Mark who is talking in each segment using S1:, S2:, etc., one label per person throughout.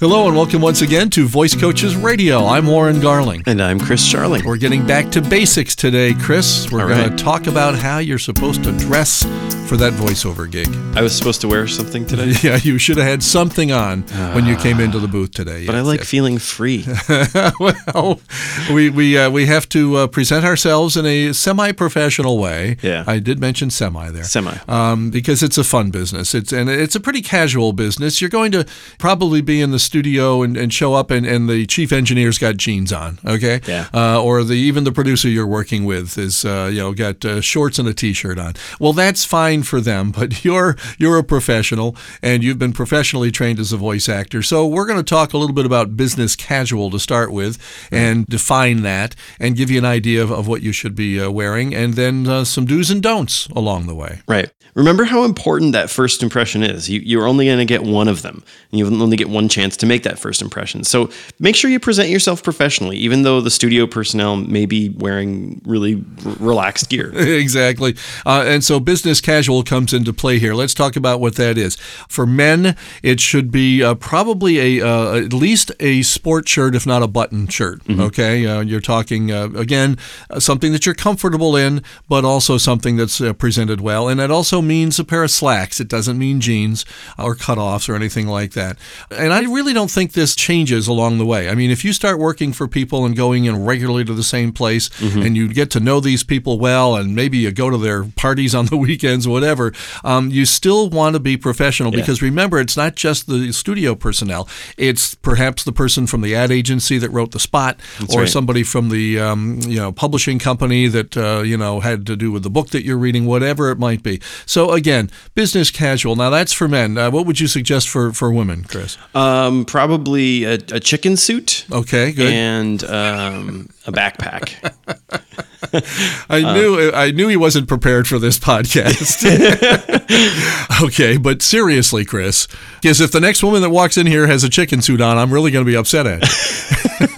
S1: Hello and welcome once again to Voice Coaches Radio. I'm Warren Garling.
S2: And I'm Chris Charling.
S1: We're getting back to basics today, Chris. We're
S2: All
S1: going
S2: right.
S1: to talk about how you're supposed to dress for that voiceover gig.
S2: I was supposed to wear something today,
S1: Yeah, you should have had something on when you came into the booth today.
S2: but I
S1: Yes,
S2: like
S1: yes.
S2: feeling free.
S1: well, we we uh, we have to uh, present ourselves in a semi-professional way.
S2: Yeah.
S1: I did mention semi there.
S2: Semi.
S1: um, because it's a fun business. It's and it's a pretty casual business. You're going to probably be in the studio and, and show up, and, and the chief engineer's got jeans on, okay?
S2: Yeah.
S1: Uh, or the even the producer you're working with is uh, you know got uh, shorts and a t-shirt on. Well, that's fine for them, but you're you're a professional and you've been professionally trained as a voice actor. So we're going to talk a little bit about business casual to start with, and define that, and give you an idea of, of what you should be uh, wearing, and then uh, some do's and don'ts along the way.
S2: Right. Remember how important that first impression is. You, you're only going to get one of them, and you only get one chance to make that first impression. So make sure you present yourself professionally, even though the studio personnel may be wearing really r- relaxed gear.
S1: exactly. Uh, and so business casual comes into play here. Let's talk about what that is. For men, it should be uh, probably a uh, at least a sport shirt, if not a button shirt. Okay, uh, you're talking uh, again uh, something that you're comfortable in, but also something that's uh, presented well. And it also means a pair of slacks. It doesn't mean jeans or cutoffs or anything like that. And I really don't think this changes along the way. I mean, if you start working for people and going in regularly to the same place and you get to know these people well and maybe you go to their parties on the weekends, whatever, um, you still want to be professional because remember, it's not just the studio personnel, it's perhaps the person from the ad agency that wrote the spot or
S2: right.
S1: somebody from the um, you know publishing company that uh, you know had to do with the book that you're reading, whatever it might be. So again, business casual. Now that's for men. Uh, what would you suggest for for women, Chris?
S2: Um, probably a, a chicken suit
S1: Okay, good.
S2: and um, a backpack.
S1: I knew I knew he wasn't prepared for this podcast. okay, but seriously, Chris, because if the next woman that walks in here has a chicken suit on, I'm really going to be upset at. you.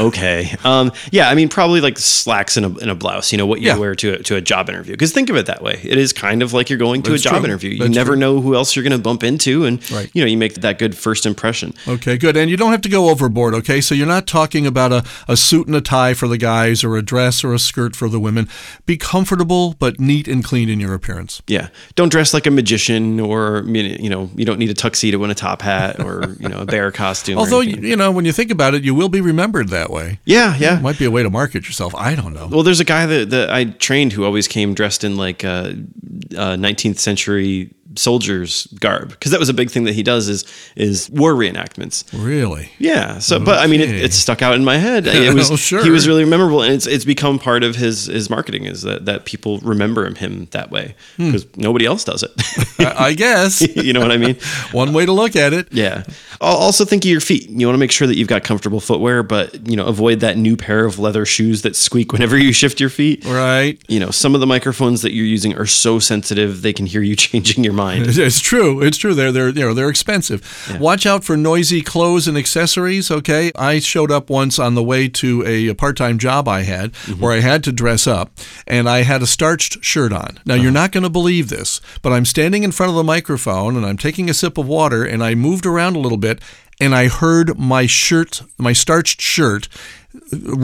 S2: Okay. Um, yeah, I mean, probably like slacks and a, and a blouse. You know what you
S1: Yeah.
S2: wear to a, to a job interview. Because think of it that way, it is kind of like you're going to
S1: That's
S2: a job
S1: true.
S2: interview. You
S1: That's
S2: never
S1: true.
S2: know who else you're going to bump into, and
S1: Right.
S2: you know you make that good first impression.
S1: Okay, good. And you don't have to go overboard, okay? So you're not talking about a, a suit and a tie for the guys or a dress or a skirt for the women. Be comfortable but neat and clean in your appearance.
S2: Yeah. Don't dress like a magician, or you know you don't need a tuxedo and a top hat, or you know a bear costume. or
S1: Although, you,
S2: anything.
S1: you know, when you think about it, you will be remembered that way.
S2: yeah, yeah.
S1: Might be a way to market yourself. I don't know.
S2: Well, there's a guy that, that I trained who always came dressed in like uh, uh, 19th century soldiers garb because that was a big thing that he does is is war reenactments.
S1: Really?
S2: Yeah. So, but I mean, it,
S1: Okay.
S2: it stuck out in my head. It was
S1: Oh, sure.
S2: he was really memorable, and it's it's become part of his his marketing is that that people remember him that way
S1: Hmm.
S2: because nobody else does it.
S1: I, I guess.
S2: you know what I mean?
S1: One way to look at it.
S2: Yeah. Al- Also, think of your feet. You want to make sure that you've got comfortable footwear, but you know, avoid that new pair of leather shoes that squeak whenever you shift your feet.
S1: Right.
S2: You know, some of the microphones that you're using are so sensitive they can hear you changing your mind.
S1: It's true. It's true. They're they're you know they're expensive. Watch out for noisy clothes and accessories. Okay, I showed up once on the way to a part-time job I had where I had to dress up, and I had a starched shirt on. Now you're not going to believe this, but I'm standing in front of the microphone and I'm taking a sip of water, and I moved around a little bit, and I heard my shirt, my starched shirt,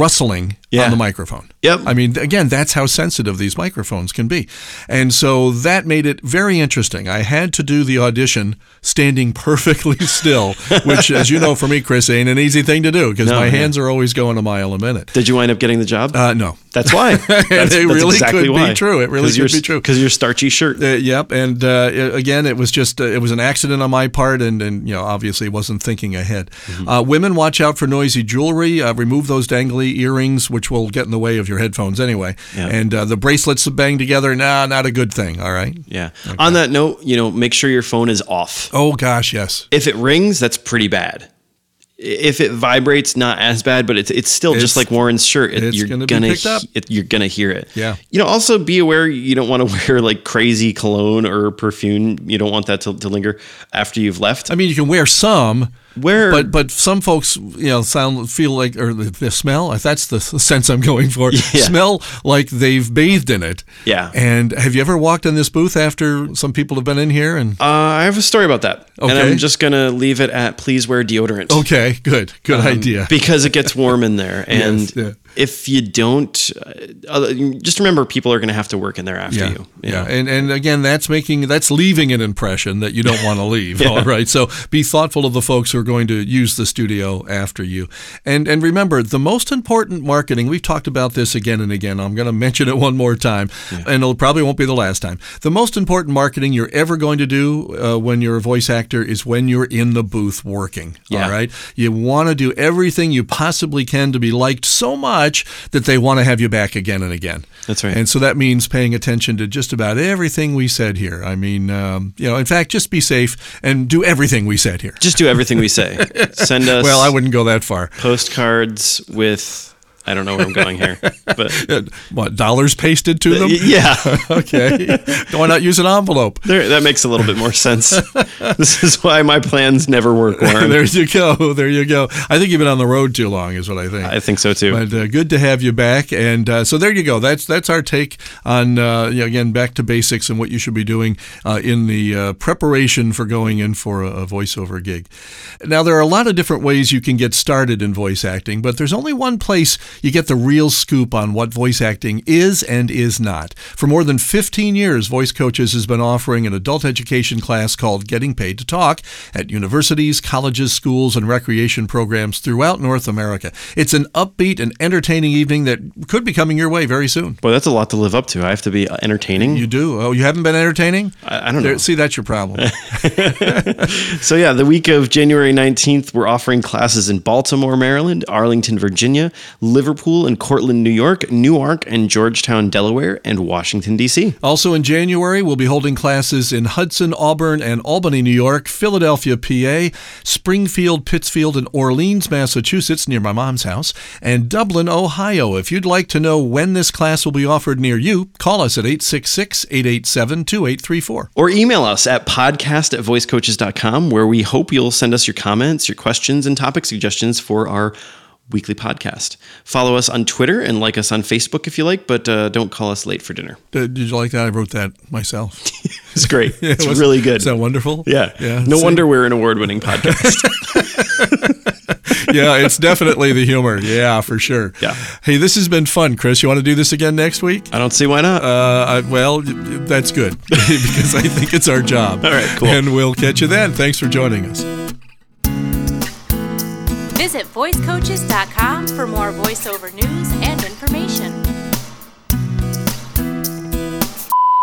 S1: rustling
S2: Yeah.
S1: on the microphone.
S2: Yep.
S1: I mean, again, that's how sensitive these microphones can be. And so that made it very interesting. I had to do the audition standing perfectly still, which, as you know, for me, Chris, ain't an easy thing to do because my
S2: yeah.
S1: hands are always going a mile a minute.
S2: Did you wind up getting the job?
S1: Uh, no.
S2: that's why. That's, that's
S1: really could be true. It really could be true.
S2: Because your starchy shirt.
S1: Uh, yep, and uh, i- again, it was just uh, it was an accident on my part, and, and you know obviously wasn't thinking ahead.
S2: Mm-hmm.
S1: Uh, women, watch out for noisy jewelry. Uh, remove those dangly earrings, which will get in the way of your headphones anyway.
S2: Yeah.
S1: And uh, the bracelets that bang together, nah, not a good thing. All right.
S2: Yeah. On that note, you know, make sure your phone is off.
S1: Oh gosh, yes.
S2: If it rings, that's pretty bad. I- If it vibrates, not as bad, but it's it's still
S1: It's-
S2: just like Warren's shirt. It-
S1: it's
S2: you're
S1: gonna
S2: gonna,
S1: be picked
S2: he-
S1: up.
S2: It, you're gonna hear it.
S1: Yeah.
S2: You know, also be aware you don't want to wear like crazy cologne or perfume. You don't want that to, to linger after you've left.
S1: I mean, you can wear some,
S2: Where
S1: But but some folks, you know, sound feel like or the, the smell. If that's the s- sense I'm going for,
S2: Yeah.
S1: smell like they've bathed in it.
S2: Yeah.
S1: And have you ever walked in this booth after some people have been in here and?
S2: uh, I have a story about that, and
S1: Okay.
S2: I'm just gonna leave it at please wear deodorant.
S1: okay, good, good idea.
S2: because it gets warm in there and
S1: Yes, yeah.
S2: if you don't uh, other- just remember people are going to have to work in there after
S1: yeah,
S2: you you
S1: yeah,
S2: know?
S1: and and again, that's making that's leaving an impression that you don't want to leave. All right, so be thoughtful of the folks who are going to use the studio after you, and and remember the most important marketing. We've talked about this again and again. I'm going to mention it one more time, and it'll probably won't be the last time. The most important marketing you're ever going to do uh, when you're a voice actor is when you're in the booth working.
S2: Yeah.
S1: All right, you want to do everything you possibly can to be liked so much that they want to have you back again and again.
S2: That's right.
S1: And so that means paying attention to just about everything we said here. I mean, um, you know, in fact, just be safe and do everything we said here.
S2: just do everything we say send us
S1: Well, I wouldn't go that far.
S2: postcards with i don't know where i'm going here but
S1: Uh, What, dollars pasted to them?
S2: yeah
S1: Okay. Why not use an envelope?
S2: there, that makes a little bit more sense this is why my plans never work Warren.
S1: There you go. There you go. I think you've been on the road too long, is what I think.
S2: i think so too
S1: But uh, good to have you back, and uh, so there you go. That's that's our take on uh, you know, again back to basics and what you should be doing uh, in the uh, preparation for going in for a, a voiceover gig. Now there are a lot of different ways you can get started in voice acting, but there's only one place you get the real scoop on what voice acting is and is not. For more than 15 years, Voice Coaches has been offering an adult education class called Getting Paid to Talk at universities, colleges, schools, and recreation programs throughout North America. It's an upbeat and entertaining evening that could be coming your way very soon.
S2: boy that's a lot to live up to i have to be entertaining
S1: You do? Oh, you haven't been entertaining?
S2: I, I don't know
S1: There, see, that's your problem.
S2: So yeah, the week of January 19th, we're offering classes in Baltimore, Maryland, Arlington, Virginia, Liverpool and Cortland, New York, Newark and Georgetown, Delaware, and Washington, D.C.
S1: Also in January, we'll be holding classes in Hudson, Auburn, and Albany, New York, Philadelphia, PA, Springfield, Pittsfield, and Orleans, Massachusetts, near my mom's house, and Dublin, Ohio. If you'd like to know when this class will be offered near you, call us at 866 887 2834.
S2: Or email us at podcast at voicecoaches.com, where we hope you'll send us your comments, your questions, and topic suggestions for our weekly podcast. Follow us on Twitter and like us on Facebook if you like, but uh, don't call us late for dinner.
S1: Uh, Did you like that? I wrote that myself.
S2: It's great. it's
S1: Wasn't-
S2: really good.
S1: Is that wonderful?
S2: yeah.
S1: Yeah.
S2: no
S1: see?
S2: wonder we're an award winning podcast.
S1: yeah, it's definitely the humor. Yeah, for sure.
S2: Yeah.
S1: Hey, this has been fun, Chris. You want to do this again next week?
S2: I don't see why not.
S1: Uh, I, well, y- y- that's good because I think it's our job.
S2: All right, cool.
S1: And we'll catch you then. Thanks for joining us.
S3: Visit voicecoaches.com for more voiceover news and information.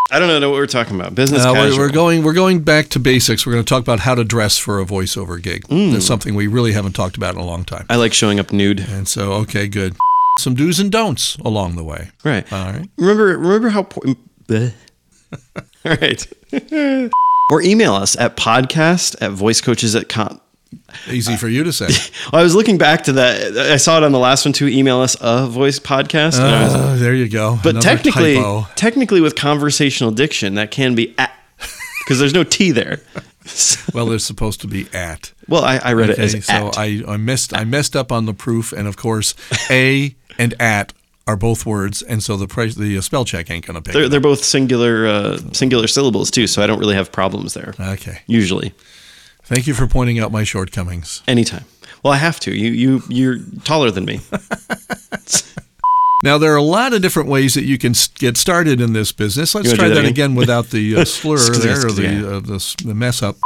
S2: I don't know what we're talking about. Business
S1: Uh, we're,
S2: casual.
S1: we're going. We're going back to basics. We're going to talk about how to dress for a voiceover gig.
S2: Mm.
S1: That's something we really haven't talked about in a long time.
S2: I like showing up nude.
S1: And so, okay, good. Some do's and don'ts along the way.
S2: Right.
S1: All right.
S2: Remember remember how po- bleh. All right. or email us at podcast at voicecoaches.com.
S1: Easy for you to say.
S2: I was looking back to that. I saw it on the last one too. Email us a voice podcast. and I was-
S1: Uh, there you go.
S2: but
S1: Another
S2: technically,
S1: typo.
S2: technically with conversational diction, that can be at because there's no T there.
S1: well, they're supposed to be at.
S2: Well, I, I read
S1: Okay,
S2: it as
S1: so
S2: at.
S1: I, I messed I messed up on the proof, and of course, a and at are both words, and so the price the uh, spell check ain't gonna pick.
S2: they're,
S1: it
S2: they're both singular uh, singular syllables too, so I don't really have problems there.
S1: up. okay,
S2: Usually.
S1: thank you for pointing out my shortcomings.
S2: Anytime. Well, I have to. You you you're taller than me.
S1: Now there are a lot of different ways that you can s- get started in this business. Let's
S2: wanna
S1: try
S2: do
S1: that,
S2: that
S1: again without the uh, slur
S2: Excuse me,
S1: there or
S2: excuse me.
S1: the, uh, the s- the mess up.